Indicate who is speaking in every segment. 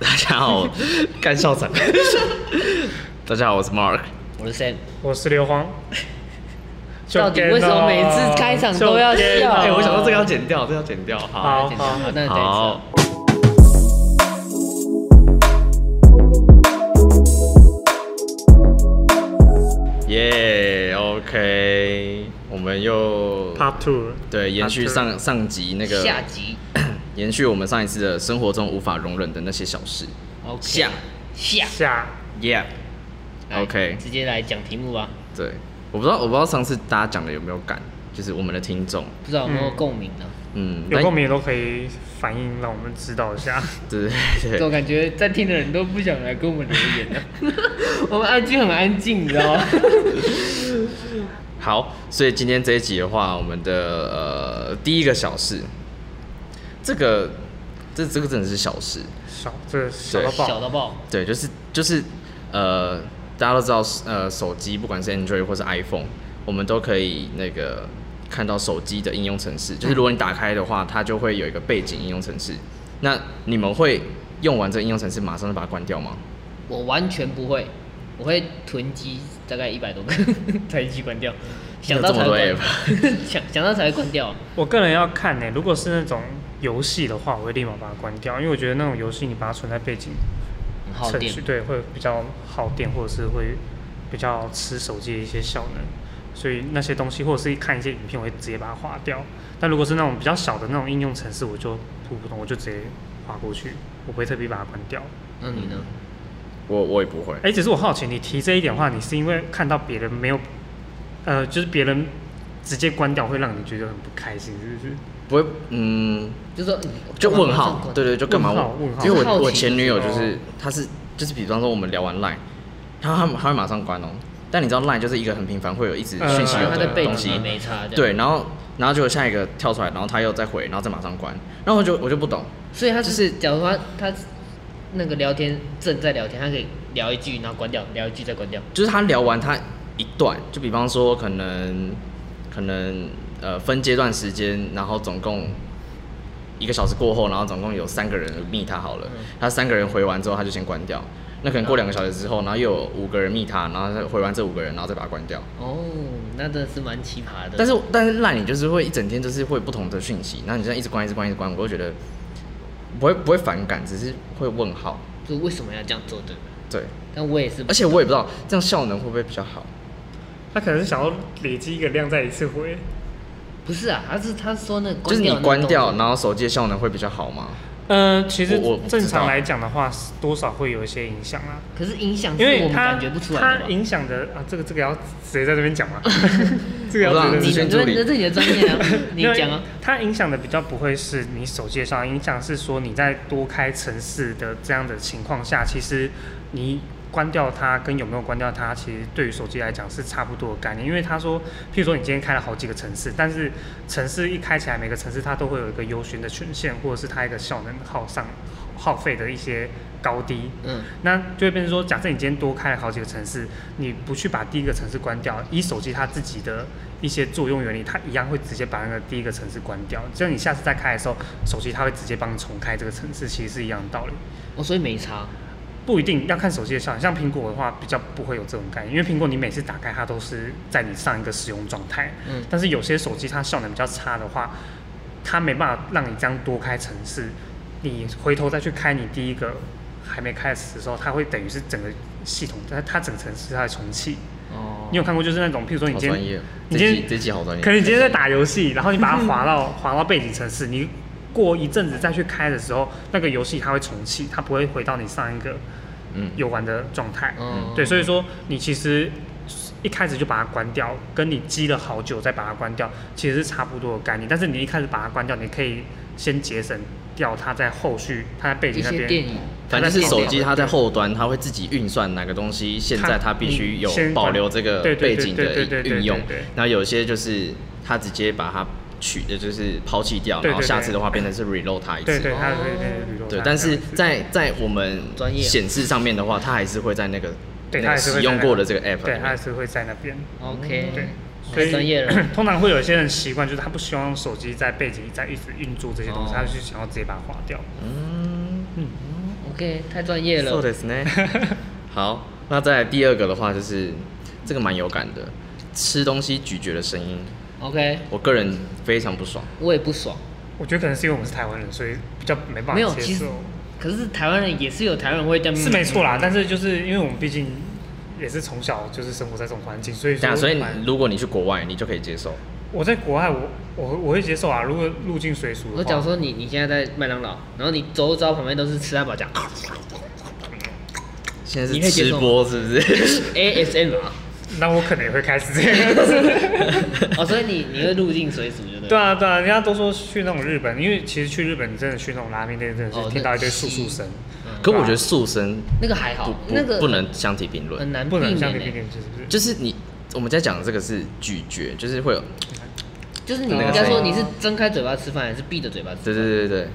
Speaker 1: 大家好，干笑场。大家好，我是 Mark。
Speaker 2: 我是 Sam，
Speaker 3: 我是刘 荒。
Speaker 2: 到底为什么每次开场都要
Speaker 3: 就
Speaker 2: 笑
Speaker 1: 哎、
Speaker 3: 跟哦
Speaker 1: 我想到这个要剪掉，这个要剪掉。好，
Speaker 3: 好
Speaker 2: 再讲好，那再
Speaker 1: 好
Speaker 2: 讲。，
Speaker 1: 耶、o k 我们又
Speaker 3: Part Two，
Speaker 1: 对延续
Speaker 3: Part two
Speaker 1: 上上集那个
Speaker 2: 下集
Speaker 1: 延续我们上一次的生活中无法容忍的那些小事。
Speaker 2: ，OK，
Speaker 1: 下
Speaker 2: 下
Speaker 3: 下
Speaker 1: Yeah，OK，、
Speaker 2: 来直接来讲题目吧。
Speaker 1: 对，我不知道我不知道上次大家讲的有没有感，就是我们的听众，
Speaker 2: 不知道有没有共鸣呢？
Speaker 1: 嗯，
Speaker 3: 有
Speaker 1: 那
Speaker 3: 共鸣都可以反映，让我们知道 一下。
Speaker 1: 对对
Speaker 2: 这
Speaker 1: 对
Speaker 2: 种感觉在听的人都不想来跟我们留言 了。我们 IG 很安静，你知道吗？
Speaker 1: 好，所以今天这一集的话，我们的呃第一个小事，这个这这个真的是小事，
Speaker 3: 小，这个小到
Speaker 2: 小
Speaker 3: 爆。
Speaker 2: 到爆，
Speaker 1: 对，就是就是呃大家都知道呃手机不管是 Android 或是 iPhone，我们都可以那个看到手机的应用程式，就是如果你打开的话，它就会有一个背景应用程式。那你们会用完这个应用程式马上就把它关掉吗？
Speaker 2: 我完全不会，我会囤积大概一百多个 才一起关掉，想到
Speaker 1: 这么
Speaker 2: 才
Speaker 1: 多
Speaker 2: 会关， 想想到才会关掉。
Speaker 3: 我个人要看呢、如果是那种游戏的话，我会立马把它关掉，因为我觉得那种游戏你把它存在背景
Speaker 2: 很耗
Speaker 3: 程
Speaker 2: 电
Speaker 3: 序，，对，会比较耗电，或者是会比较吃手机的一些效能。所以那些东西，或者是看一些影片，我会直接把它划掉。但如果是那种比较小的那种应用程式，我就不不懂，我就直接划过去，我不会特别把它关掉。
Speaker 2: 那你呢？
Speaker 1: 我我也不会。
Speaker 3: 哎、只是我好奇，你提这一点的话，你是因为看到别人没有，呃，就是别人直接关掉，会让你觉得很不开心，是不是？
Speaker 1: 不会，嗯，
Speaker 2: 就说
Speaker 1: 就问号，对，对，就干嘛
Speaker 3: 问号问号
Speaker 1: 因为
Speaker 2: 好
Speaker 1: 我
Speaker 2: 奇
Speaker 1: 我前女友就是
Speaker 3: 哦，
Speaker 1: 她是就是比方说我们聊完 Line，她她她会马上关哦。但你知道 Line 就是一个很频繁会有一直讯息
Speaker 3: 嗯
Speaker 1: 流
Speaker 2: 他在
Speaker 1: 的
Speaker 2: 背
Speaker 1: 东西
Speaker 2: 景啊也，没差，这样
Speaker 1: 对，，然后然后就下一个跳出来，然后她又再回，然后再马上关，然后我就我就不懂，
Speaker 2: 所以他就是，假如他他那个聊天正在聊天，他可以聊一句，然后关掉，聊一句再关掉。
Speaker 1: 就是她聊完她一段，就比方说可能可能呃分阶段时间，然后总共。一个小时过后，然后总共有三个人密她好了，她三个人回完之后，她就先关掉。那可能过两个小时之后，然后又有五个人密她，然后再回完这五个人，然后再把它关掉。
Speaker 2: 哦，那真的是蛮奇葩的。
Speaker 1: 但是但是烂你就是会一整天就是会有不同的讯息，那你这样一直关一直关一直关，我会觉得不会不会反感，只是会问号。
Speaker 2: 就为什么要这样做，对吧？
Speaker 1: 对，
Speaker 2: 但我也是，
Speaker 1: 而且我也不知道这样效能会不会比较好。
Speaker 3: 他可能是想要累积一个量再一次回。
Speaker 2: 不是啊，他是他说那个
Speaker 1: 就是你
Speaker 2: 那个
Speaker 1: 关
Speaker 2: 动
Speaker 1: 掉，
Speaker 2: 作
Speaker 1: 然后手机的效能会比较好吗？
Speaker 3: 嗯、其实
Speaker 1: 我我不知道
Speaker 3: 正常来讲的话，是多少会有一些影响啊，
Speaker 2: 可是影响是
Speaker 3: 因
Speaker 2: 我
Speaker 3: 为
Speaker 2: 们
Speaker 3: 它
Speaker 2: 感觉不出来
Speaker 3: 它
Speaker 2: 的吧。
Speaker 3: 影响的啊，这个这个要直接在这边 讲嘛，这个
Speaker 1: 我
Speaker 3: 要
Speaker 1: 让
Speaker 3: 直接
Speaker 1: 咨询
Speaker 2: 你
Speaker 3: 在这边
Speaker 1: 助
Speaker 2: 这
Speaker 1: 理
Speaker 2: 这是你的专业啊， 你
Speaker 3: 因为
Speaker 2: 讲啊。
Speaker 3: 它影响的比较不会是你手机的上，影响是说你在多开城市的这样的情况下，其实你关掉它跟有没有关掉它，其实对于手机来讲是差不多的概念。因为他说，譬如说你今天开了好几个城市，但是城市一开起来，每个城市它都会有一个优选的权限，或者是它一个效能耗上耗费的一些高低。
Speaker 2: 嗯，
Speaker 3: 那就会变成说，假设你今天多开了好几个城市，你不去把第一个城市关掉，以手机它自己的一些作用原理，它一样会直接把那个第一个城市关掉。这样你下次再开的时候，手机它会直接帮你重开这个城市，其实是一样的道理。
Speaker 2: 我哦所以没差。
Speaker 3: 不一定要看手机的效能，像苹果的话比较不会有这种概念，因为苹果你每次打开它都是在你上一个使用状态。
Speaker 2: 嗯
Speaker 3: 但是有些手机它效能比较差的话，它没办法让你这样多开城市，你回头再去开你第一个还没开始的时候，它会等于是整个系统，它它整个城市它在重启。
Speaker 2: 哦
Speaker 3: 你有看过就是那种，譬如说你
Speaker 1: 好
Speaker 3: 今
Speaker 1: 专业这
Speaker 3: 天，，你今
Speaker 1: 期
Speaker 3: 天
Speaker 1: 这期好专业。
Speaker 3: 可能你今天在打游戏，然后你把它 滑到滑到背景城市，你过一阵子再去开的时候，那个游戏它会重启，它不会回到你上一个
Speaker 1: 嗯
Speaker 3: 游玩的状态。
Speaker 2: 嗯
Speaker 3: 对，所以说你其实一开始就把它关掉，跟你积了好久再把它关掉，其实是差不多的概念。但是你一开始把它关掉，你可以先节省掉它在后续它在背
Speaker 2: 一
Speaker 3: 景那
Speaker 2: 些电
Speaker 3: 边。
Speaker 2: 影，
Speaker 1: 反正就是手机，
Speaker 2: 它
Speaker 1: 它在后端，它会自己运算哪个东西，现在它必须有
Speaker 3: 你先
Speaker 1: 保
Speaker 3: 管
Speaker 1: 留这个
Speaker 3: 对
Speaker 1: 背
Speaker 3: 对对
Speaker 1: 景的
Speaker 3: 对对对对
Speaker 1: 运用
Speaker 3: 对对对。
Speaker 1: 然后有些就是它直接把它取的，就是抛弃掉，
Speaker 3: 对对
Speaker 1: 然后下
Speaker 3: 对
Speaker 1: 次的话变成是 reload 它一
Speaker 3: 对
Speaker 1: 次。
Speaker 3: 对，它对
Speaker 2: 哦
Speaker 3: 对
Speaker 1: 嗯对，但是在在我们
Speaker 2: 专业
Speaker 1: 显示上面的话，它还是会在那个
Speaker 3: 对
Speaker 1: 那
Speaker 3: 它
Speaker 1: 个
Speaker 3: 还是会
Speaker 1: 使
Speaker 3: 在
Speaker 1: 用
Speaker 3: 那
Speaker 1: 过的
Speaker 3: 边
Speaker 1: 这个 app
Speaker 3: 对
Speaker 1: 里
Speaker 3: 它还
Speaker 1: 面。
Speaker 3: 是会在那边。
Speaker 2: 嗯 OK，
Speaker 3: 对所
Speaker 2: 太
Speaker 3: 以
Speaker 2: 专业嗯了。
Speaker 3: 通常会有一些人习惯，就是他不希望手机在背景在一直运作这些东西，
Speaker 2: 哦
Speaker 3: 他就想要直接把它划掉。
Speaker 1: 嗯，
Speaker 2: OK， OK，太专业
Speaker 1: そう
Speaker 2: 了。
Speaker 1: ですね。 好，那再来第二个的话，就是这个蛮有感的，吃东西咀嚼的声音，
Speaker 2: OK，
Speaker 1: 我个人非常不爽。
Speaker 2: 我也不爽。
Speaker 3: 我觉得可能是因为我们是台湾人，所以比较没办
Speaker 2: 没有
Speaker 3: 法，接
Speaker 2: 其实嗯
Speaker 3: 受。
Speaker 2: 可是台湾人也是有台湾人会这样，
Speaker 3: 是没错啦，但是就是因为我们毕竟也是从小就是生活在这种环境，所以
Speaker 1: 这
Speaker 3: 说
Speaker 1: 样，啊所以
Speaker 3: 蛮
Speaker 1: 你如果你去国外，你就可以接受。
Speaker 3: 我在国外我我我会接受啊，如果入境随俗的话，
Speaker 2: 我讲说你你现在在麦当劳，然后你周遭旁边都是吃汉堡酱
Speaker 1: 现在
Speaker 2: 你可
Speaker 1: 是
Speaker 2: 以接
Speaker 1: 吃
Speaker 2: 受吗
Speaker 1: 播是不是？
Speaker 2: ，ASMR。
Speaker 3: 那我可能也会开始这样子。
Speaker 2: 哦，所以你你会入境随俗，对不
Speaker 3: 对啊，对啊，人家都说去那种日本，因为其实去日本，你真的去那种拉面店，真的
Speaker 2: 哦
Speaker 3: 是
Speaker 2: 那
Speaker 3: 听到一堆簌
Speaker 2: 吸
Speaker 3: 簌声，
Speaker 1: 可我觉得塑身
Speaker 2: 那个还
Speaker 1: 不
Speaker 2: 好，
Speaker 1: 不
Speaker 2: 那个
Speaker 1: 不能相提并论
Speaker 2: 很，难避
Speaker 3: 不能
Speaker 2: 免
Speaker 3: 像那边
Speaker 2: 欸。
Speaker 3: 店就是不是？
Speaker 1: 就是你我们在讲的这个是咀嚼，就是会有，
Speaker 2: 就是你
Speaker 1: 那个
Speaker 2: 应该说
Speaker 1: 声
Speaker 2: 你
Speaker 3: 音
Speaker 2: 是睁开嘴巴吃饭，还是闭着嘴巴吃？
Speaker 1: 啊对对对对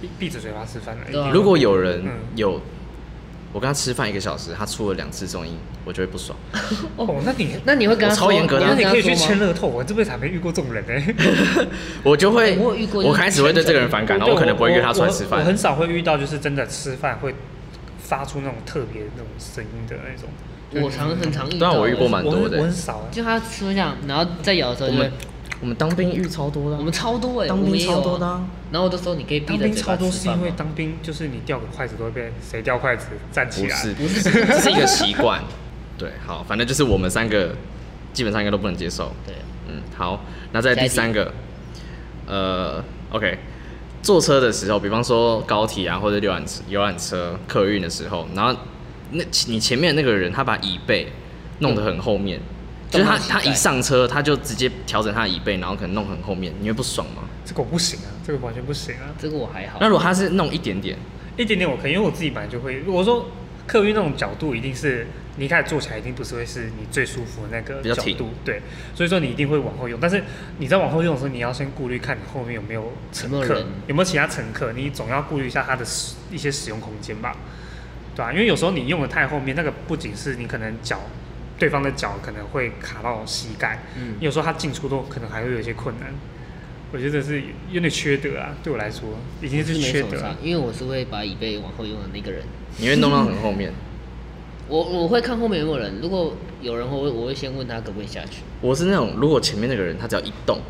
Speaker 3: 闭闭着嘴巴吃饭而已
Speaker 2: 对啊
Speaker 1: 对。如果有人
Speaker 3: 嗯
Speaker 1: 有我跟他吃饭一个小时，他出了两次中音，我就会不爽。
Speaker 3: 哦，那你
Speaker 2: 那你会跟他
Speaker 1: 我超
Speaker 2: 说
Speaker 1: 严格的
Speaker 2: 要
Speaker 3: 那
Speaker 1: 啊
Speaker 3: 你
Speaker 2: 跟他
Speaker 3: 可以去
Speaker 2: 说吗
Speaker 3: 签乐透，我这辈子还没遇过这种人呢、
Speaker 1: 我就会，
Speaker 2: 我有遇过就是
Speaker 1: 我开始会对这个人反感，啊 然后我可能不会约他出来吃
Speaker 3: 我我我
Speaker 1: 饭
Speaker 3: 很。少会遇到就是真的吃饭会发出那种特别那种声音的那种。
Speaker 2: 我常很常遇
Speaker 1: 对
Speaker 2: 到，
Speaker 1: 啊我遇过蛮
Speaker 3: 我
Speaker 1: 多
Speaker 3: 很
Speaker 1: 的
Speaker 3: 我很少、欸。
Speaker 2: 就他吃这样，然后再咬的时候
Speaker 1: 我
Speaker 2: 就会
Speaker 1: 们，我们当兵遇超多的啊、
Speaker 2: 我们超多哎，
Speaker 1: 当
Speaker 2: 我
Speaker 1: 兵
Speaker 2: 们也有啊
Speaker 1: 超多的啊
Speaker 2: 然后我就说你可以闭
Speaker 3: 当
Speaker 2: 着
Speaker 3: 兵
Speaker 2: 嘴
Speaker 3: 超
Speaker 2: 巴
Speaker 3: 多
Speaker 2: 吃
Speaker 3: 是
Speaker 2: 饭
Speaker 3: 因为
Speaker 2: 吗？
Speaker 3: 当兵就是你掉个筷子都会被谁掉筷子站起
Speaker 1: 不
Speaker 3: 来，
Speaker 1: 是不是，这 是一个习惯。对，好，反正就是我们三个基本上应该都不能接受。
Speaker 2: 对，
Speaker 1: 嗯，好，那在
Speaker 2: 下一
Speaker 1: 第
Speaker 2: 题
Speaker 1: 三个，呃，OK，坐车的时候，比方说高铁啊，或者游览车、游览车、客运的时候，然后那你前面那个人他把椅背弄得很后面，就是他
Speaker 2: 动到膝
Speaker 1: 他
Speaker 2: 盖
Speaker 1: 一上车他就直接调整他的椅背，然后可能弄很后面，你会不爽吗？
Speaker 3: 这个我不行啊，这个完全不行啊。
Speaker 2: 这个我还好
Speaker 1: 那。如果他是弄一点点，
Speaker 3: 一点点我可以，因为我自己本来就会。我说客运那种角度一定是你一开始坐起来一定不是会是你最舒服的那个
Speaker 1: 比较
Speaker 3: 角
Speaker 1: 挺
Speaker 3: 度，对，所以说你一定会往后用。但是你在往后用的时候，你要先顾虑看你后面有没有乘
Speaker 2: 有没有
Speaker 3: 客，
Speaker 2: 人
Speaker 3: 有没有其他乘客，你总要顾虑一下它的使一些使用空间吧，对啊，因为有时候你用的太后面，那个不仅是你可能脚。对方的脚可能会卡到膝盖，
Speaker 2: 嗯
Speaker 3: 有时候他进出都可能还会有一些困难，我觉得是有点缺德啊，对我来说已经
Speaker 2: 是
Speaker 3: 是
Speaker 2: 没
Speaker 3: 缺
Speaker 2: 什么
Speaker 3: 德啊
Speaker 2: 差
Speaker 3: 了。，
Speaker 2: 因为我是会把椅背往后用的那个人。
Speaker 1: 你会弄到很后面。
Speaker 2: 我我会看后面有没有人，如果有人，我会我会先问他可不可以下去。
Speaker 1: 我是那种如果前面那个人他只要一动，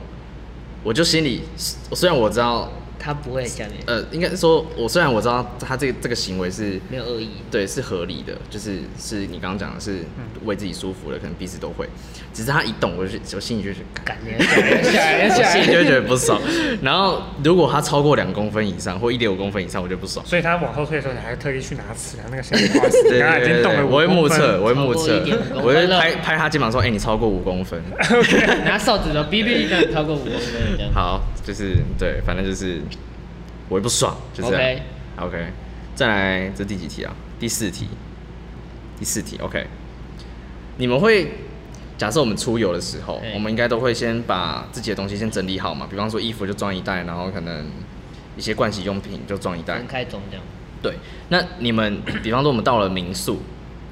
Speaker 1: 我就心里虽然我知道，
Speaker 2: 他不会下面，
Speaker 1: 呃，应该说，我虽然我知道他这个这个行为是
Speaker 2: 没有恶意。
Speaker 1: 对，是合理的，就是是你刚刚讲的是为自己舒服的，可能彼此都会。只是他一动，我就我心里就是，
Speaker 2: 感觉下来下来
Speaker 1: 我
Speaker 2: 下
Speaker 1: 心里
Speaker 2: 来，
Speaker 1: 就会觉得不 爽。然后如果他超过两公分以上或一点五公分以上，我就不爽。
Speaker 3: 所以他往后退的时候，你还特意去拿尺量那个小花尺，
Speaker 1: 对
Speaker 3: 他
Speaker 1: 对
Speaker 3: 已
Speaker 1: 对
Speaker 3: 经动
Speaker 1: 对，
Speaker 3: 了
Speaker 1: 我会目测，我会目测
Speaker 2: 超过1.5公，分
Speaker 1: 我会
Speaker 2: 了
Speaker 1: 拍拍他肩膀说：“哎、你超过五公分。
Speaker 2: 拿哨子的哔哔，这样超过五公分这”样。
Speaker 1: 好，就是对，反正就是我也不爽，就这样
Speaker 2: OK。
Speaker 1: OK，再来，这第几题啊？第四题，第四题。OK，你们会假设我们出游的时候
Speaker 2: 哎，
Speaker 1: 我们应该都会先把自己的东西先整理好嘛，比方说衣服就装一袋，然后可能一些盥洗用品就装一袋
Speaker 2: 分。开中这样。
Speaker 1: 对，那你们比方说我们到了民宿，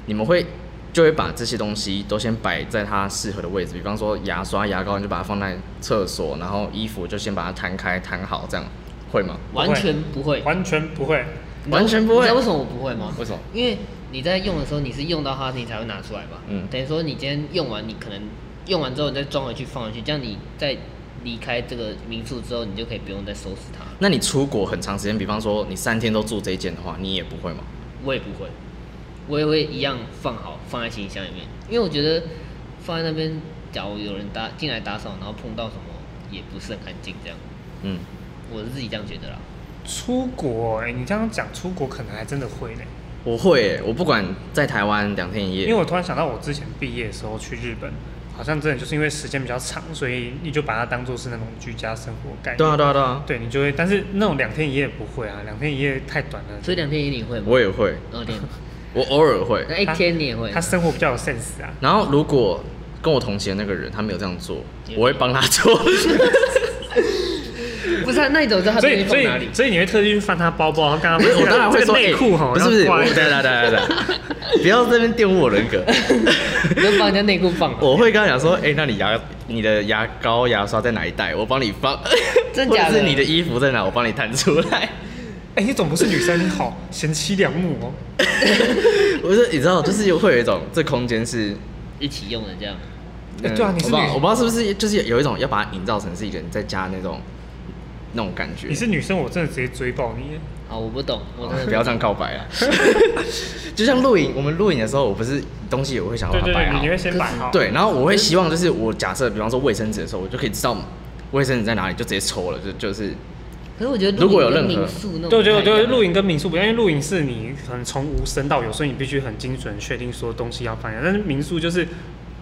Speaker 1: 你们会就会把这些东西都先摆在它适合的位置，比方说牙刷、牙膏，你就把它放在厕所，然后衣服就先把它摊开摊好，这样会吗？
Speaker 3: 会
Speaker 2: 完全不会，
Speaker 3: 完全不会。
Speaker 2: 你知道
Speaker 1: 完全不会
Speaker 2: 你知道为什么我不会吗？
Speaker 1: 为什么？
Speaker 2: 因为你在用的时候，你是用到它，你才会拿出来吧。
Speaker 1: 嗯
Speaker 2: 等于说你今天用完，你可能用完之后你再装回去放回去，这样你在离开这个民宿之后，你就可以不用再收拾它了。
Speaker 1: 那你出国很长时间，比方说你三天都住这一间的话，你也不会吗？
Speaker 2: 我也不会，我也会一样放好，放在行李箱里面，因为我觉得放在那边，假如有人打进来打扫，然后碰到什么也不是很干净，这样
Speaker 1: 嗯，
Speaker 2: 我是自己这样觉得啦。
Speaker 3: 出国、哎，你这样讲出国可能还真的会呢、
Speaker 1: 我会耶、我不管在台湾两天一
Speaker 3: 因为
Speaker 1: 夜，
Speaker 3: 我突然想到，我之前毕业的时候去日本，好像真的就是因为时间比较长，所以你就把它当做是那种居家生活概念。
Speaker 1: 对啊对啊对啊，
Speaker 3: 对你就会，但是那种两天一夜不会啊，两天一夜太短了。
Speaker 2: 所以两天一定会吗？
Speaker 1: 我也会，
Speaker 2: 二天，
Speaker 1: 我偶尔会。
Speaker 2: 那一天你也
Speaker 1: 啊
Speaker 2: 会？
Speaker 3: 他生活比较有 sense 啊。
Speaker 1: 然后如果跟我同行的那个人他没有这样做
Speaker 2: 也，
Speaker 1: 我会帮他做。
Speaker 2: 不是、啊，那你怎么知道他
Speaker 3: 所
Speaker 2: 东西
Speaker 3: 以，所
Speaker 2: 放哪里
Speaker 3: 以，？所以你会特地去翻他包包，然后跟他
Speaker 1: 不是
Speaker 3: 说哎
Speaker 1: 我当然会
Speaker 3: 这
Speaker 1: 说
Speaker 3: 个内裤
Speaker 1: 欸
Speaker 3: 哈，
Speaker 1: 不是不是，
Speaker 3: 要
Speaker 1: 我
Speaker 3: 挂一
Speaker 1: 对
Speaker 3: 下
Speaker 1: 对对对 对，不要这边玷污我人格。
Speaker 2: 你就把人家内裤放好，
Speaker 1: 我会跟他讲说，哎、那你牙、你的牙膏、 牙刷在哪一袋？我帮你放。
Speaker 2: 真假的
Speaker 1: 或者是你的衣服在哪？我帮你弹出来。
Speaker 3: 哎、哎、你总不是女生，你好贤妻良母哦。
Speaker 1: 我是你知道，就是有会有一种这空间是，
Speaker 2: 一起用的这样。
Speaker 3: 哎
Speaker 1: 嗯
Speaker 3: 对啊你是
Speaker 1: 我不知道
Speaker 3: 女
Speaker 1: 我不知道是不是就是有一种要把它营造成是一个人在家那种那种感觉。
Speaker 3: 你是女生，我真的直接追爆你耶。
Speaker 2: 好，我不懂，我真 的
Speaker 1: 不要这样告白 啊！ 就像录影，我们录影的时候，我不是东西我会想要把它
Speaker 3: 对对
Speaker 1: 摆
Speaker 3: 对，
Speaker 1: 好
Speaker 3: 你，会先摆好。
Speaker 1: 对，然后我会希望就是我假设，比方说卫生纸的时候，我就可以知道卫生纸在哪里，就直接抽了，就就是
Speaker 2: 可是我觉得
Speaker 1: 如果
Speaker 2: 露
Speaker 1: 有
Speaker 2: 营跟
Speaker 1: 任何
Speaker 2: 民宿那种，
Speaker 3: 对对，我觉得录影跟民宿不一样，因为录影是你可能从无声到有，所以你必须很精准确定说东西要放下。但是民宿就是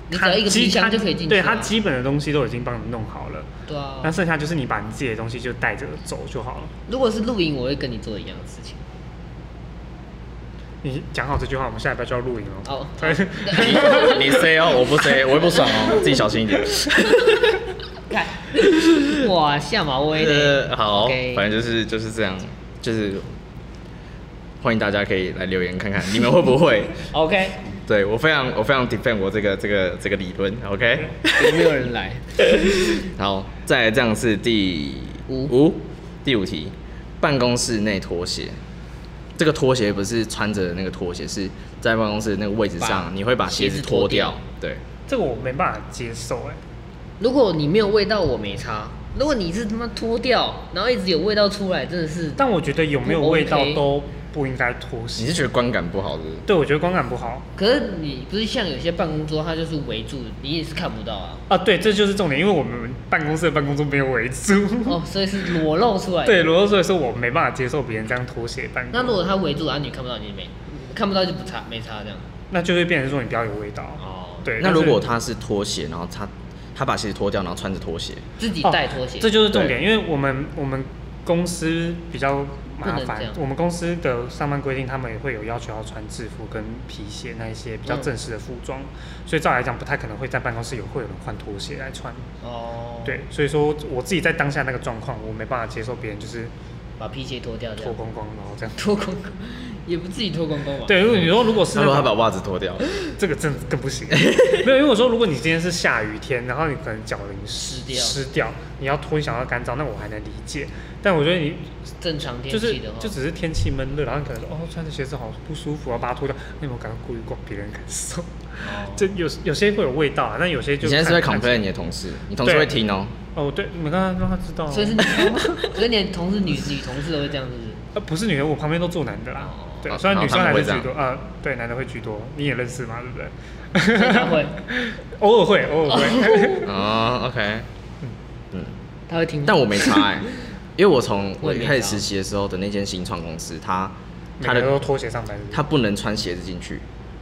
Speaker 2: 你只
Speaker 3: 它
Speaker 2: 要一个
Speaker 3: 基
Speaker 2: 冰
Speaker 3: 它
Speaker 2: 箱就可以进去。
Speaker 3: 对它，基本的东西都已经帮你弄好了，
Speaker 2: 对啊
Speaker 3: 那。剩下就是你把你自己的东西就带着走就好了。
Speaker 2: 如果是露营，我会跟你做一样的事情。
Speaker 3: 你讲好这句话，我们下礼拜就要录影哦。
Speaker 2: 哦
Speaker 3: 对，
Speaker 1: 你你 say 哦，我不 say，我会不爽哦，自己小心一点。
Speaker 2: 看，哇，下马威
Speaker 1: 呃，
Speaker 2: 的。
Speaker 1: 好
Speaker 2: OK
Speaker 1: 反正就是就是这样，就是欢迎大家可以来留言看看，你们会不 会？
Speaker 2: OK，
Speaker 1: 对我非常我非常 defend 我这个这个这个理论，OK？
Speaker 2: 有没有人来？
Speaker 1: 好，再来这样是第
Speaker 2: 五
Speaker 1: 第五题，办公室内拖鞋。这个拖鞋不是穿着的那个拖鞋，是在办公室那个位置
Speaker 2: 把
Speaker 1: 上，你会把鞋
Speaker 2: 鞋
Speaker 1: 子
Speaker 2: 子脱
Speaker 1: 脱掉
Speaker 2: 掉。
Speaker 1: 对，
Speaker 3: 这个我没办法接受哎、
Speaker 2: 如果你没有味道，我没擦。如果你是他妈脱掉，然后一直有味道出来，真的是
Speaker 3: 但我觉得有没有
Speaker 2: 不
Speaker 3: 味道
Speaker 2: OK
Speaker 3: 都不应该脱
Speaker 1: 你
Speaker 3: 鞋。
Speaker 1: 是觉得观感不好的？
Speaker 3: 对，我觉得光感不好
Speaker 2: 可是你不是像有些办公桌，它就是围住，你也是看不到啊。
Speaker 3: 啊。对，这就是重点，因为我们办公室的办公桌没有围住。
Speaker 2: 哦，所以是裸露出来。
Speaker 3: 嗯对，。罗罗所以说我没办法接受别人这样脱鞋办
Speaker 2: 那
Speaker 3: 公，
Speaker 2: 如果它围住，然啊后你看不到，你没看不到就不擦，没擦这样。
Speaker 3: 那就会变成说你不要有味道。
Speaker 2: 哦，，
Speaker 3: 对，
Speaker 1: 那
Speaker 3: 但是
Speaker 1: 如果他是拖鞋，然后他他把鞋子脱掉，然后穿着拖鞋，
Speaker 2: 自己
Speaker 3: 哦
Speaker 2: 带拖鞋。
Speaker 3: 这就是重点，因为我们我们公司比较麻
Speaker 2: 不能这
Speaker 3: 烦
Speaker 2: 样，
Speaker 3: 我们公司的上班规定，他们也会有要求要穿制服跟皮鞋那一些比较
Speaker 2: 嗯
Speaker 3: 正式的服装，所以照来讲不太可能会在办公室有会有人换拖鞋来穿。
Speaker 2: 哦，
Speaker 3: 对，，所以说我自己在当下那个状况，我没办法接受别人就是
Speaker 2: 把皮鞋脱掉这
Speaker 3: 脱
Speaker 2: 样。
Speaker 3: 光光然后这样。
Speaker 2: 脱光光，也不自己脱光光吧？，
Speaker 3: 对，如果你说如果是
Speaker 1: 他
Speaker 3: 啊那
Speaker 1: 说他
Speaker 3: 种
Speaker 1: 把袜子脱 掉了，
Speaker 3: 这个真的更不行。没有，因为我说，如果你今天是下雨天，然后你可能脚淋
Speaker 2: 湿掉
Speaker 3: 湿掉，你要脱，你想要干燥，那我还能理解。但我觉得你
Speaker 2: 正常天
Speaker 3: 就是
Speaker 2: 气的话，
Speaker 3: 就只是天气闷热，然后你可能说哦，穿着鞋子好不舒服，要啊把它脱掉。那有没有感到顾虑过别人感受？
Speaker 2: 哦
Speaker 3: 这有有些会有味道啊，但有些
Speaker 1: 你
Speaker 3: 就
Speaker 1: 现在是在
Speaker 3: 看
Speaker 1: complain 你的同事，你同事会听哦、
Speaker 3: 哦，对，你刚刚让他知道啊，
Speaker 2: 所以是你， 所以你的同事女女同事都会这样，是不是？
Speaker 3: 呃不是女的，我旁边都坐男的啦
Speaker 2: 哦。
Speaker 3: 对
Speaker 1: 啊，
Speaker 3: 虽然女生还是
Speaker 1: 然
Speaker 3: 居
Speaker 1: 后他
Speaker 3: 多，呃，对，男的会居多，你也认识嘛，对不对？
Speaker 2: 所以他会，
Speaker 3: 偶尔会，偶 尔会。
Speaker 1: 啊、o k 嗯，
Speaker 2: 他会听。
Speaker 1: 但我没差哎、因为我从
Speaker 2: 我
Speaker 1: 我
Speaker 2: 也没
Speaker 1: 一开始
Speaker 2: 差
Speaker 1: 实习的时候的那间新创公司，它
Speaker 3: 每
Speaker 1: 它
Speaker 3: 个
Speaker 1: 的
Speaker 3: 人都脱鞋上班是不是，
Speaker 1: 他不能穿鞋子进去。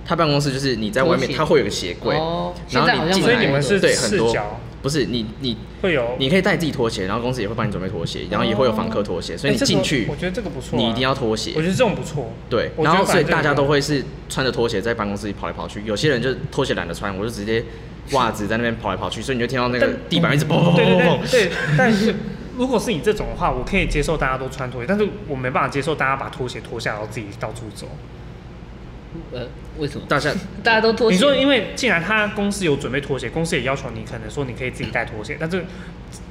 Speaker 1: 他办公室就是你在外
Speaker 2: 拖
Speaker 1: 面，
Speaker 2: 鞋
Speaker 1: 他会有个鞋柜，
Speaker 2: 哦
Speaker 1: 然
Speaker 2: 现在好
Speaker 1: 后
Speaker 2: 像
Speaker 1: 你进
Speaker 2: 蛮
Speaker 1: 来，
Speaker 2: 多的所以你们
Speaker 3: 是
Speaker 1: 对
Speaker 3: 赤
Speaker 1: 很多
Speaker 3: 脚，
Speaker 1: 不是你你
Speaker 3: 会有
Speaker 1: 你可以带自己拖鞋，然后公司也会帮你准备拖
Speaker 2: 哦
Speaker 1: 鞋，然后也会有访客拖鞋，所以
Speaker 3: 哎
Speaker 1: 你
Speaker 3: 这个
Speaker 1: 进去
Speaker 3: 我觉得这个不错啊、
Speaker 1: 你一定要脱
Speaker 3: 我觉
Speaker 1: 鞋，
Speaker 3: 得这种不错。
Speaker 1: 对，
Speaker 3: 我觉
Speaker 1: 然
Speaker 3: 得
Speaker 1: 后
Speaker 3: 反
Speaker 1: 所以
Speaker 3: 正这
Speaker 1: 大
Speaker 3: 个
Speaker 1: 家
Speaker 3: 不
Speaker 1: 都
Speaker 3: 错
Speaker 1: 会是穿着拖鞋在办公室里跑来跑去，有些人就拖鞋懒得穿，我就直接袜子在那边跑来跑去，所以你就听到那个
Speaker 3: 但
Speaker 1: 地板一 直砰砰砰
Speaker 3: 对对
Speaker 1: 砰砰
Speaker 3: 对对，但是如果是你这种的话，我可以接受大家都穿拖鞋，但是我没办法接受大家把拖鞋脱下然后自己到处走。
Speaker 2: 呃，为什么？
Speaker 1: 大家
Speaker 2: 大家都脱鞋。
Speaker 3: 你说，因为既然他公司有准备拖鞋，公司也要求你可能说你可以自己带拖鞋，但是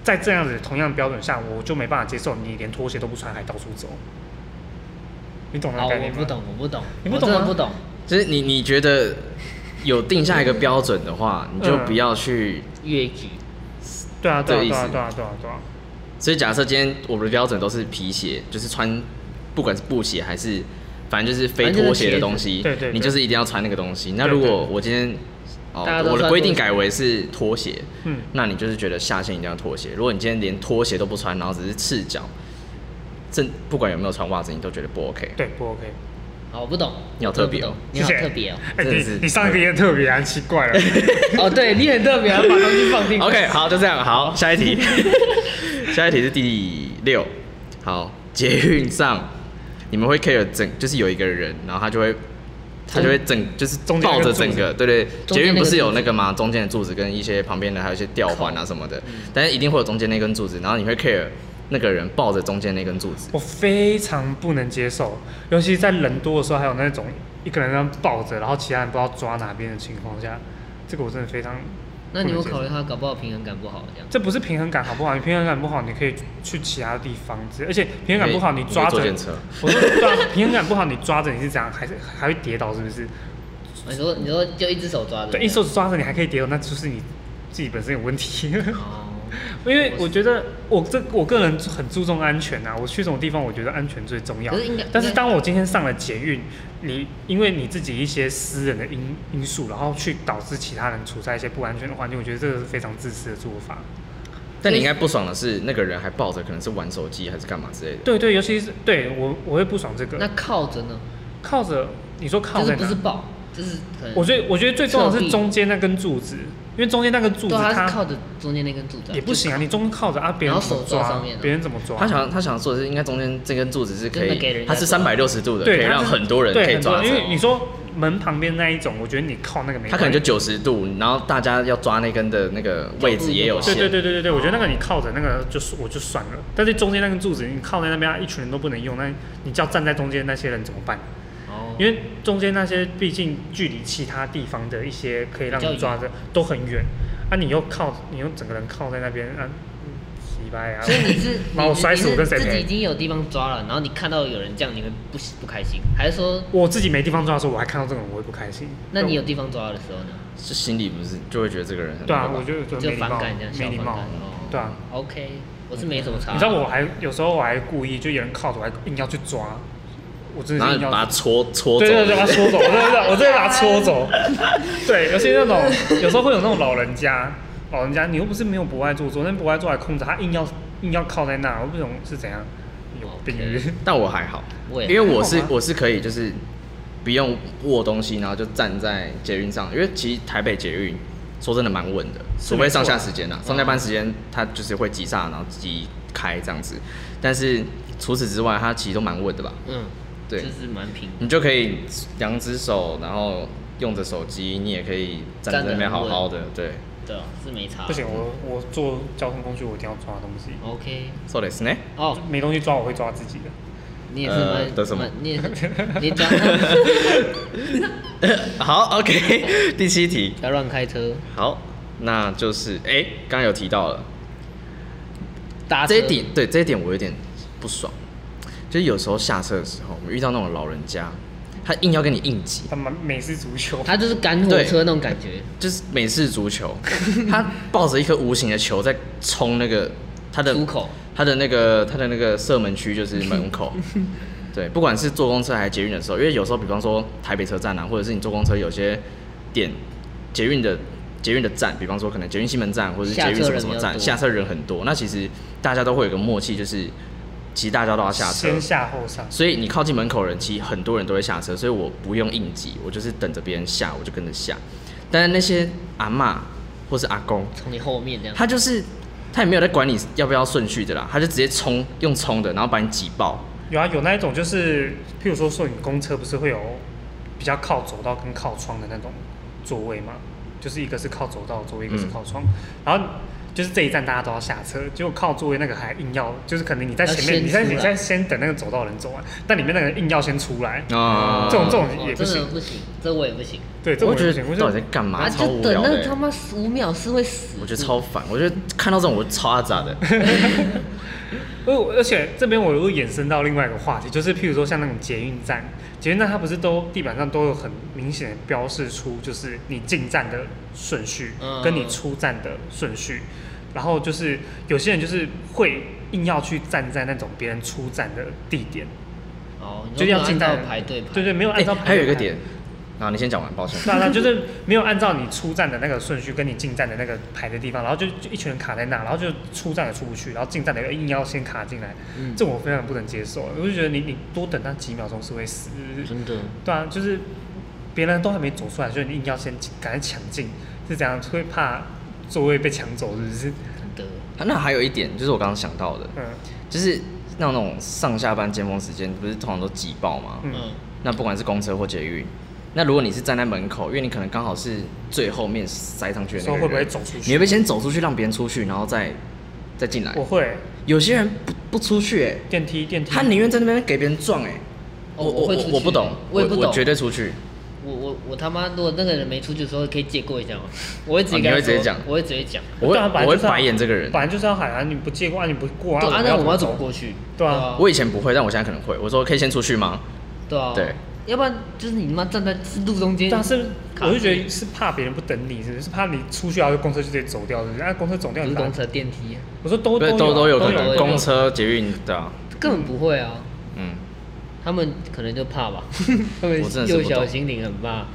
Speaker 3: 在这样子同样的标准下，我就没办法接受你连拖鞋都不穿还到处走。你懂那
Speaker 2: 好，
Speaker 3: 个概念
Speaker 2: 我
Speaker 3: 吗？
Speaker 2: 不懂，我不懂，
Speaker 3: 你
Speaker 2: 我
Speaker 3: 不懂
Speaker 2: 真的
Speaker 3: 吗
Speaker 2: 不懂。
Speaker 1: 就是你你觉得有定下一个标准的话，你就
Speaker 3: 嗯
Speaker 1: 不要去
Speaker 2: 越级
Speaker 3: 对啊，
Speaker 1: 这
Speaker 3: 对啊，
Speaker 1: 个意
Speaker 3: 对
Speaker 1: 思
Speaker 3: 啊，对啊，对啊，对啊。
Speaker 1: 所以假设今天我们的标准都是皮鞋，就是穿不管是布鞋还是反正就是非拖鞋的东西，
Speaker 3: 反正就是鞋子对对对
Speaker 1: 你就是一定要穿那个东西。那如果我今天哦
Speaker 2: 大家都，
Speaker 1: 我的
Speaker 2: 穿拖
Speaker 1: 规定
Speaker 2: 鞋
Speaker 1: 改为是拖鞋，
Speaker 3: 嗯
Speaker 1: 那你就是觉得下线一定要拖鞋。如果你今天连拖鞋都不穿，然后只是赤脚，正不管有没有穿袜子，你都觉得不 OK。
Speaker 3: 对，不 OK。
Speaker 2: 好，我不懂。
Speaker 1: 你好特别哦
Speaker 2: 我真的不懂你好
Speaker 3: 谢谢
Speaker 2: 特别哦。
Speaker 3: 哎、
Speaker 1: 真的是
Speaker 3: 你你上一个也很特别啊，奇怪了。
Speaker 2: 哦，对你很特别，还把东西放进去。
Speaker 1: OK，好，就这样。好，下一 题，下一题是第六。好，捷运上你们会 care 整，就是有一个人，然后他就会。他就会整就是
Speaker 3: 中间那
Speaker 1: 抱
Speaker 3: 个
Speaker 1: 着整
Speaker 3: 柱子
Speaker 1: 个，对对，
Speaker 2: 中间
Speaker 1: 捷运
Speaker 2: 那
Speaker 1: 不
Speaker 2: 个
Speaker 1: 是有
Speaker 2: 柱子
Speaker 1: 那个吗？中间的柱子跟一些旁边的，还有一些吊环啊什么的，
Speaker 3: 嗯
Speaker 1: 但是一定会有中间那根柱子，然后你会 care 那个人抱着中间那根柱子，
Speaker 3: 我非常不能接受，尤其在人多的时候，还有那种一个人这样抱着，然后其他人不知道抓哪边的情况下，这个我真的非常
Speaker 2: 那你有没有考虑
Speaker 3: 不能接受
Speaker 2: 它搞不好平衡感不好这样？
Speaker 3: 这不是平衡感好不好？你平衡感不好，你可以去其他地方之，而且平衡感不好，
Speaker 1: 你可以
Speaker 3: 抓
Speaker 1: 你可以
Speaker 3: 着
Speaker 1: 做检测，
Speaker 3: 我说对啊，平衡感不好，你抓着你是怎样，还是还会跌倒，是不是？
Speaker 2: 哦你说你说就一只手抓着，
Speaker 3: 对，一手指抓着你还可以跌倒，那就是你自己本身有问题。
Speaker 2: 哦，
Speaker 3: 因为我觉得我这我个人很注重安全啊，我去这种地方，我觉得安全最重要
Speaker 2: 可。是应该，
Speaker 3: 但是
Speaker 2: 应该
Speaker 3: 当我今天上了捷运，你因为你自己一些私人的因因素，然后去导致其他人处在一些不安全的环境，我觉得这个是非常自私的做法。
Speaker 1: 但你应该不爽的是，那个人还抱着可能是玩手机还是干嘛之类的。
Speaker 3: 对对，尤其是对我我会不爽这
Speaker 2: 那
Speaker 3: 个。
Speaker 2: 靠着呢，
Speaker 3: 靠着你说靠
Speaker 2: 就
Speaker 3: 在
Speaker 2: 是
Speaker 3: 哪？
Speaker 2: 不是抱，就是可能
Speaker 3: 我觉得我觉得最重要的
Speaker 2: 侧
Speaker 3: 是
Speaker 2: 壁
Speaker 3: 中间那根柱子，因为中间那根柱子
Speaker 2: 对，啊它
Speaker 3: 它
Speaker 2: 是靠着中间那根柱子啊，
Speaker 3: 也不行啊，你中靠着啊，别
Speaker 2: 然
Speaker 3: 人
Speaker 2: 后
Speaker 3: 怎么
Speaker 2: 手抓
Speaker 3: 抓
Speaker 2: 上面啊？
Speaker 3: 别人怎么抓？
Speaker 1: 他想他想说的是，应该中间这根柱子是可
Speaker 2: 真的给人
Speaker 1: 以，
Speaker 2: 家
Speaker 1: 它是三百六十度的，可以
Speaker 3: 对，它
Speaker 1: 让
Speaker 3: 是
Speaker 1: 很多人
Speaker 3: 对
Speaker 1: 可以
Speaker 3: 很多
Speaker 1: 抓
Speaker 3: 因
Speaker 1: 着。
Speaker 3: 为你说门旁边那一种，我觉得你靠那个没关系，
Speaker 1: 他可能就九十度，然后大家要抓那根的那个位置也有
Speaker 2: 角
Speaker 1: 限。
Speaker 3: 对对对对对对，我觉得那个你靠着那个就是我就算了，但是中间那根柱子你靠在那边啊，一群人都不能用，那你叫站在中间那些人怎么办？
Speaker 2: 哦，
Speaker 3: 因为中间那些毕竟距离其他地方的一些可以让
Speaker 2: 比较
Speaker 3: 你
Speaker 2: 远
Speaker 3: 抓着都很远，啊，你又靠你又整个人靠在那边啊，嗯，奇掰啊！
Speaker 2: 所以你是
Speaker 3: 把我摔死
Speaker 2: 你
Speaker 3: 我
Speaker 2: 是
Speaker 3: 跟谁
Speaker 2: 自己已
Speaker 3: 赔？
Speaker 2: 经有地方抓了，然后你看到有人这样，你会不喜不开心，还是说，
Speaker 3: 我自己没地方抓的时候，我还看到这种，我会不开心。
Speaker 2: 那你有
Speaker 3: 对
Speaker 2: 地方抓的时候呢？
Speaker 1: 是心里不是就会觉得这个人很
Speaker 3: 对啊
Speaker 1: 那，个吧
Speaker 3: 我就觉得
Speaker 2: 就
Speaker 3: 没礼
Speaker 2: 反
Speaker 3: 貌
Speaker 2: 感这样，，小
Speaker 3: 没礼
Speaker 2: 反
Speaker 3: 貌
Speaker 2: 感，哦，
Speaker 3: 对啊。
Speaker 2: ，OK，我是没什么差，啊
Speaker 3: 你知道我还有时候我还故意就有人靠着，我还硬要去抓，我真的
Speaker 1: 然后
Speaker 3: 是硬
Speaker 1: 你
Speaker 3: 要
Speaker 1: 把它戳戳走。
Speaker 3: 对对对，把它戳走，我真的是我真的把它戳走。对，尤其那种有时候会有那种老人家，老人家你又不是没有不爱做，昨天不爱做还控制，他硬要硬要靠在那，我不懂是怎样，有病是不是
Speaker 1: 但我还好，
Speaker 2: 我也
Speaker 1: 因为我是
Speaker 3: 还好吗
Speaker 1: 我是可以就是不用握东西，然后就站在捷运上，因为其实台北捷运说真的蛮稳的，除非上下时间啦，啊上下班时间它就是会急刹，然后急开这样子，但是除此之外，它其实都蛮稳的吧？
Speaker 2: 嗯，
Speaker 1: 对
Speaker 2: 就是蛮平，
Speaker 1: 你就可以两只手，然后用着手机，你也可以站在那边好好的，对，
Speaker 2: 对啊，是没差，
Speaker 3: 不行，我我坐交通工具我一定要抓东西，
Speaker 2: ，OK，
Speaker 1: そうですね。
Speaker 2: 哦，
Speaker 3: 没东西抓我会抓自己的。
Speaker 2: 你也是
Speaker 1: 呃
Speaker 2: 蛮
Speaker 1: 得什么
Speaker 2: 蛮你也 是，你抓，
Speaker 1: 好，OK，第 七题。
Speaker 2: 不要乱开车，
Speaker 1: 好，那就是哎，刚、刚有提到了
Speaker 2: 搭
Speaker 1: 这一
Speaker 2: 车
Speaker 1: 点，对这一点我有点不爽，就是有时候下车的时候，我们遇到那种老人家，他硬要跟你硬挤，
Speaker 3: 他们美式足球，
Speaker 2: 他就是赶火
Speaker 1: 对
Speaker 2: 车那种感觉，
Speaker 1: 就是美式足球，他抱着一颗无形的球在冲那个他的
Speaker 2: 出口
Speaker 1: 他的那个他的那个射门区就是门口。对，不管是坐公车还是捷运的时候，因为有时候比方说台北车站啊，或者是你坐公车有些点捷运的捷运的站，比方说可能捷运西门站或者是捷运什么什么站，下
Speaker 2: 下车
Speaker 1: 车人很多，那其实大家都会有个默契，就是其实大家都要下车，
Speaker 3: 先下后上。
Speaker 1: 所以你靠近门口的人，其实很多人都会下车，所以我不用应急，我就是等着别人下，我就跟着下。但是那些阿嬷或是阿公，
Speaker 2: 从你后面这样，
Speaker 1: 他就是他也没有在管你要不要顺序的啦，他就直接冲，用冲的，然后把你挤爆。
Speaker 3: 有啊，有那一种就是，譬如说说你公车不是会有比较靠走道跟靠窗的那种座位吗？就是一个是靠走道的座位，一个是靠窗，然后。就是这一站大家都要下车，结果靠座位那个还硬要，就是可能你在前面，
Speaker 2: 要先
Speaker 3: 你在
Speaker 2: 出来
Speaker 3: 你在先等那个走道的人走完，但里面那个人硬要先出来，
Speaker 1: 啊
Speaker 3: 这种这种
Speaker 2: 哦
Speaker 3: 也不
Speaker 2: 真
Speaker 3: 行
Speaker 2: 的，不行，这我也不行，
Speaker 3: 对，欸这
Speaker 1: 我
Speaker 3: 种
Speaker 1: 觉
Speaker 3: 也不
Speaker 1: 得
Speaker 3: 行，
Speaker 1: 到
Speaker 3: 我
Speaker 1: 底在
Speaker 3: 就
Speaker 1: 干嘛？
Speaker 2: 啊，
Speaker 1: 超
Speaker 2: 就
Speaker 1: 无
Speaker 2: 等
Speaker 1: 聊的
Speaker 2: 那
Speaker 1: 欸、
Speaker 2: 他妈十五秒是会死，
Speaker 1: 我觉得超烦，我觉得看到这种我超阿杂 的。
Speaker 3: 而而且这边我又衍生到另外一个话题，就是譬如说像那种捷运站，捷运站它不是都地板上都有很明显的标示出，就是你进站的顺序
Speaker 2: 嗯
Speaker 3: 跟你出站的顺序，然后就是有些人就是会硬要去站在那种别人出站的地点，
Speaker 2: 哦，你说
Speaker 3: 就是要
Speaker 2: 不
Speaker 3: 进站
Speaker 2: 按照排队排，
Speaker 3: 对对，没有按
Speaker 1: 哎、
Speaker 3: 照、
Speaker 1: 还有一个点。，啊，你先讲完，抱歉。
Speaker 3: 那那就是没有按照你出站的那个顺序跟你进站的那个排的地方，然后就就一群人卡在那，然后就出站也出不去，然后进站的又硬要先卡进来，
Speaker 2: 嗯
Speaker 3: 这我非常不能接受。我就觉得你你多等那几秒钟是会死，
Speaker 2: 真的，
Speaker 3: 对啊，就是别人都还没走出来，就是你硬要先进赶快抢进，是这样会怕座位被抢走，是不是？
Speaker 2: 真的，
Speaker 1: 啊那还有一点就是我刚刚想到的，
Speaker 3: 嗯
Speaker 1: 就是那种上下班尖峰时间，不是通常都挤爆吗？
Speaker 3: 嗯，
Speaker 2: 嗯，
Speaker 1: 那不管是公车或捷运，那如果你是站在门口，因为你可能刚好是最后面塞上去的那个
Speaker 3: 说
Speaker 1: 人，
Speaker 3: 会不会走出
Speaker 1: 你会
Speaker 3: 去
Speaker 1: 不？会先走出去让别人出去，然后再再进来
Speaker 3: 我？会
Speaker 1: 有些人不不出去、欸，
Speaker 3: 电
Speaker 2: 啊
Speaker 3: 梯电梯，
Speaker 1: 他宁愿在那边给别人撞、欸，哎、
Speaker 2: 哦
Speaker 1: 我
Speaker 2: 我会
Speaker 1: 我
Speaker 2: 出去
Speaker 1: 我不懂，
Speaker 2: 我也不懂
Speaker 1: 我绝对出去。
Speaker 2: 我我我他妈，如果那个人没出去的时候，可以借过一下吗？ 我会直接
Speaker 1: 哦
Speaker 2: 跟他
Speaker 1: 你会直接
Speaker 2: 说
Speaker 1: 讲
Speaker 2: 我会直接讲。
Speaker 1: 我会
Speaker 3: 对啊本来
Speaker 1: 我会
Speaker 3: 就是要
Speaker 1: 白眼这个人
Speaker 3: 本。来就是要喊啊，你不借过啊，你不过啊，
Speaker 2: 对啊，那我们
Speaker 3: 要
Speaker 2: 要怎么过去？
Speaker 3: 对啊
Speaker 1: 我以前不会，但我现在可能会。我说可以先出去吗？
Speaker 2: 对啊，
Speaker 1: 对，
Speaker 2: 要不然就是你他妈站在路中间，
Speaker 3: 但啊是
Speaker 2: 卡
Speaker 3: 我就觉得是怕别人不等你，是不是？是怕你出去然后公车就直接走掉，是不是？那、公车走掉
Speaker 2: 不
Speaker 3: 你
Speaker 2: 是
Speaker 3: 打
Speaker 2: 公，车电梯，啊
Speaker 3: 我说都
Speaker 1: 对，
Speaker 3: 都
Speaker 1: 都有
Speaker 3: 都
Speaker 1: 可
Speaker 2: 都
Speaker 1: 能，
Speaker 2: 有
Speaker 1: 公车、捷运对啊，
Speaker 2: 根本不会啊，
Speaker 1: 嗯，
Speaker 2: 他们可能就怕吧， 他们
Speaker 1: 我真的是
Speaker 2: 幼
Speaker 1: 不
Speaker 2: 小
Speaker 1: 懂
Speaker 2: 心灵很怕。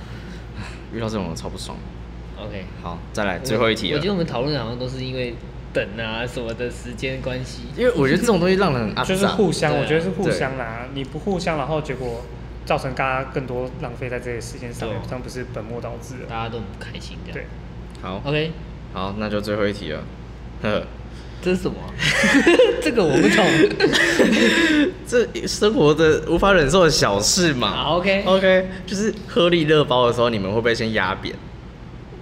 Speaker 1: 遇到这种我超不爽。
Speaker 2: OK，
Speaker 1: 好，再来最后一题
Speaker 2: 我
Speaker 1: 了
Speaker 2: 觉，得我们讨论的好像都是因为等啊什么的时间关系。
Speaker 1: 因为我觉得这种东西让人很阿
Speaker 3: 就是
Speaker 1: 杂。
Speaker 3: 互相，
Speaker 2: 对啊
Speaker 3: 我觉得是互相啦。你不互相，然后结果造成大家更多浪费在这些时间上面
Speaker 2: 对，
Speaker 3: 这样不是本末倒置了？
Speaker 2: 大家都很不开心这样。
Speaker 3: 对，
Speaker 1: 好，
Speaker 2: OK，
Speaker 1: 好，那就最后一题了。呵，
Speaker 2: 这是什么啊？ 这个我不懂。
Speaker 1: 这生活的无法忍受的小事嘛。
Speaker 2: 好，OK，
Speaker 1: OK，就是喝利乐包的时候，你们会不会先压扁？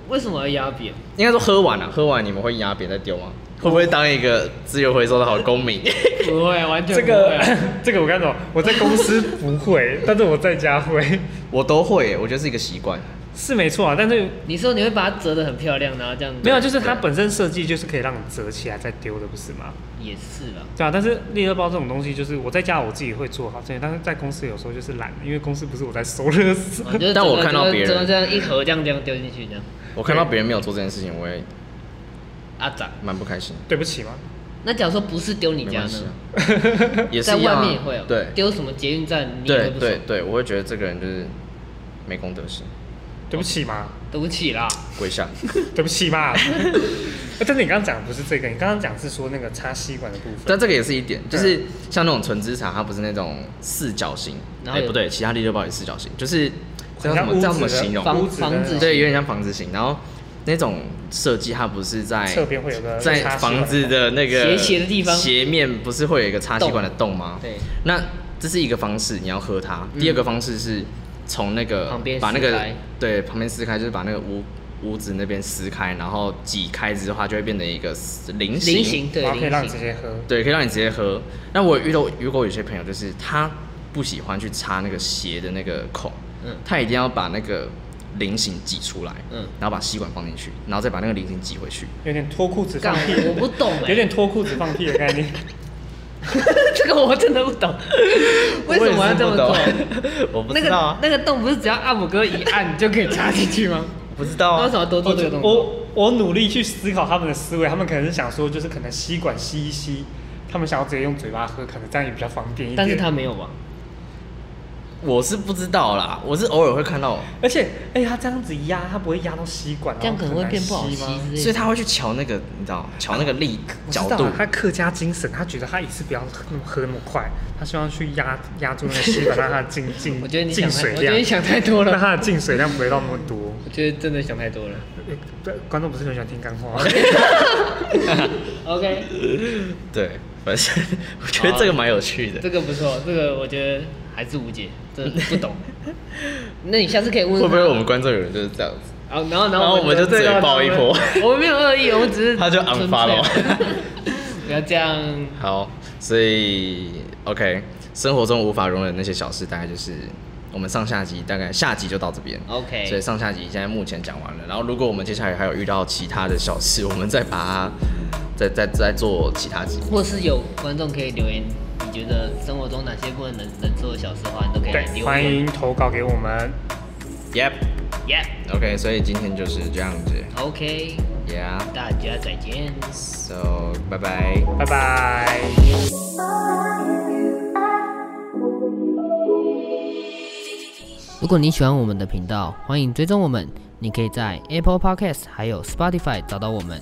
Speaker 2: 为什么要压扁？
Speaker 1: 应该说喝完了、喝完你们会压扁再丢吗？会不会当一个资源回收的好公民？
Speaker 2: 不会，啊完全
Speaker 3: 这个 这个我看懂，我在公司 不会，但是我在家会，
Speaker 1: 我都会耶，我觉得是一个习惯。
Speaker 3: 是没错啊。但是
Speaker 2: 你说你会把它折得很漂亮，然后这样
Speaker 3: 没有，啊就是它
Speaker 1: 对
Speaker 3: 本身设计就是可以让你折起来再丢的，不是吗？
Speaker 2: 也是 啦。
Speaker 3: 对啊，但是利乐包这种东西，就是我在家我自己会做好这些，但是在公司有时候就是懒，因为公司不是我在收垃圾。
Speaker 2: 哦就是
Speaker 1: 但我
Speaker 2: 整个
Speaker 1: 看到
Speaker 2: 就是
Speaker 1: 别人
Speaker 2: 怎么这样一盒这样这样丢进去这样，
Speaker 1: 我看到别人没有做这件事情，我也
Speaker 2: 啊咋？
Speaker 1: 蛮不开心。
Speaker 3: 对不起嘛，
Speaker 2: 那假如说不是丢你
Speaker 1: 没
Speaker 2: 家
Speaker 1: 关系
Speaker 2: 呢？
Speaker 1: 啊，也是
Speaker 2: 在
Speaker 1: 一样、啊。
Speaker 2: 外面也会有，哦
Speaker 1: 对
Speaker 2: 丢什么捷运站你也会
Speaker 1: 对
Speaker 2: 不爽
Speaker 1: 对。对，我会觉得这个人就是没公德心，
Speaker 3: 对不起嘛，
Speaker 2: 对不起啦，
Speaker 1: 跪下。
Speaker 3: 对不起嘛。 但是你刚刚讲的不是这个，你刚刚讲是说那个插吸管的部分。
Speaker 1: 但这个也是一点，就是像那种纯资产，它不是那种四角形，
Speaker 2: 然
Speaker 1: 哎、
Speaker 2: 后有
Speaker 1: 不对，其他利乐包也四角形，就是这
Speaker 3: 很
Speaker 1: 要怎
Speaker 3: 像
Speaker 1: 么这要怎么形容？
Speaker 2: 房
Speaker 3: 屋子的
Speaker 2: 房子
Speaker 1: 对，有点像房子形，然后那种设计它不是在
Speaker 3: 侧边会有个
Speaker 1: 在房子的那个
Speaker 2: 斜斜的地方
Speaker 1: 斜面不是会有一个插吸管的洞吗？
Speaker 2: 对，嗯
Speaker 1: 那这是一个方式，你要喝它。第二个方式是从那个
Speaker 2: 旁边
Speaker 1: 把那
Speaker 2: 撕
Speaker 1: 个
Speaker 2: 开
Speaker 1: 对旁边撕开，就是把那个屋屋子那边撕开，然后挤开之后，它就会变成一个菱形。
Speaker 2: 菱形对
Speaker 3: 然后可以让
Speaker 2: 菱
Speaker 3: 你直
Speaker 2: 形，
Speaker 3: 接喝。
Speaker 1: 对，可以让你直接喝。那我有遇到如果有些朋友就是他不喜欢去插那个斜的那个孔，
Speaker 2: 嗯
Speaker 1: 他一定要把那个菱形挤出来，
Speaker 2: 嗯
Speaker 1: 然后把吸管放进去，然后再把那个菱形挤回去。
Speaker 3: 有点脱裤子
Speaker 2: 干
Speaker 3: 放屁，
Speaker 2: 我不懂哎，
Speaker 3: 有点脱裤子放屁的概念。
Speaker 2: 这个我真的不懂，为什么要这么 做
Speaker 1: 我？也是不懂？ 我不
Speaker 2: 那
Speaker 1: 知道
Speaker 2: 个
Speaker 1: 啊，
Speaker 2: 那个洞不是只要按摩哥一按就可以插进去吗？
Speaker 1: 不知道
Speaker 2: 那为什
Speaker 1: 啊。
Speaker 2: 么要多做这个动作？
Speaker 3: 哦我我努力去思考他们的思维，他们可能是想说，就是可能吸管吸一吸，他们想要直接用嘴巴喝，可能这样也比较方便一点。
Speaker 2: 但是他没有吧？
Speaker 1: 我是不知道啦，我是偶尔会看到，
Speaker 3: 而且，哎、他这样子压，他不会压到吸管，
Speaker 2: 这样可能会变不好
Speaker 3: 然后
Speaker 2: 吸
Speaker 3: 很难吸吗？
Speaker 2: 之类
Speaker 1: 所以
Speaker 2: 的。
Speaker 1: 啊他会去瞧那个，你知道，瞧那个力
Speaker 3: 嗯我知
Speaker 1: 角
Speaker 3: 道
Speaker 1: 度
Speaker 3: 啊，他客家精神，他觉得他一次不要喝那么喝那么快，他希望去压压住那个吸管，让它 进进
Speaker 2: 我觉得你想
Speaker 3: 进
Speaker 2: 太，
Speaker 3: 水
Speaker 2: 我觉
Speaker 3: 量
Speaker 2: 得你，想 太多
Speaker 3: 让
Speaker 2: 了。
Speaker 3: 它的进水量不会到那么多。
Speaker 2: 我觉得真的想太多 了。
Speaker 3: 呃对观众不是很喜欢听干话，
Speaker 2: OK，
Speaker 1: 对，反正我觉得这个蛮有趣的
Speaker 3: 啊
Speaker 2: 这。个不错，这个我觉得还是无解，这不懂。 那你下次可以问
Speaker 1: 会
Speaker 2: 他
Speaker 1: 不会我们观众有人就是这样子？
Speaker 2: 然后然后
Speaker 1: 然后我们就
Speaker 2: 对
Speaker 1: 嘴爆一波。
Speaker 2: 我们没有恶意，我们只是
Speaker 1: 他就
Speaker 2: 纯粹
Speaker 1: unfollow
Speaker 2: 不要这样。
Speaker 1: 好，所以 OK，生活中无法容忍那些小事，大概就是我们上下集，大概下集就到这边。所以
Speaker 2: OK，
Speaker 1: 上下集现在目前讲完了，然后如果我们接下来还有遇到其他的小事，我们再把它再再再做其他集。
Speaker 2: 或是有观众可以留言，你觉得生活中哪些不能忍忍受的小事的话，你都可以来留
Speaker 3: 对，
Speaker 2: 言。
Speaker 3: 欢迎投稿给我们。
Speaker 1: Yep，OK，、
Speaker 2: ，Yeah，OK，、
Speaker 1: 所以今天就是这样子
Speaker 2: OK，
Speaker 1: ，Yeah，So
Speaker 2: 大家再见。
Speaker 1: 拜拜。
Speaker 3: 拜拜。
Speaker 2: 如果你喜欢我们的频道，欢迎追踪我们。你可以在 Apple Podcast 还有 Spotify 找到我们。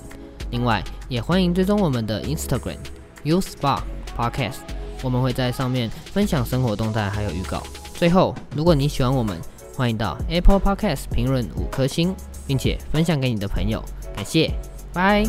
Speaker 2: 另外，也欢迎追踪我们的 Instagram U Spa Podcast，我们会在上面分享生活动态还有预告。最后，如果你喜欢我们，欢迎到 Apple Podcast 评论五颗星，并且分享给你的朋友。感谢，拜。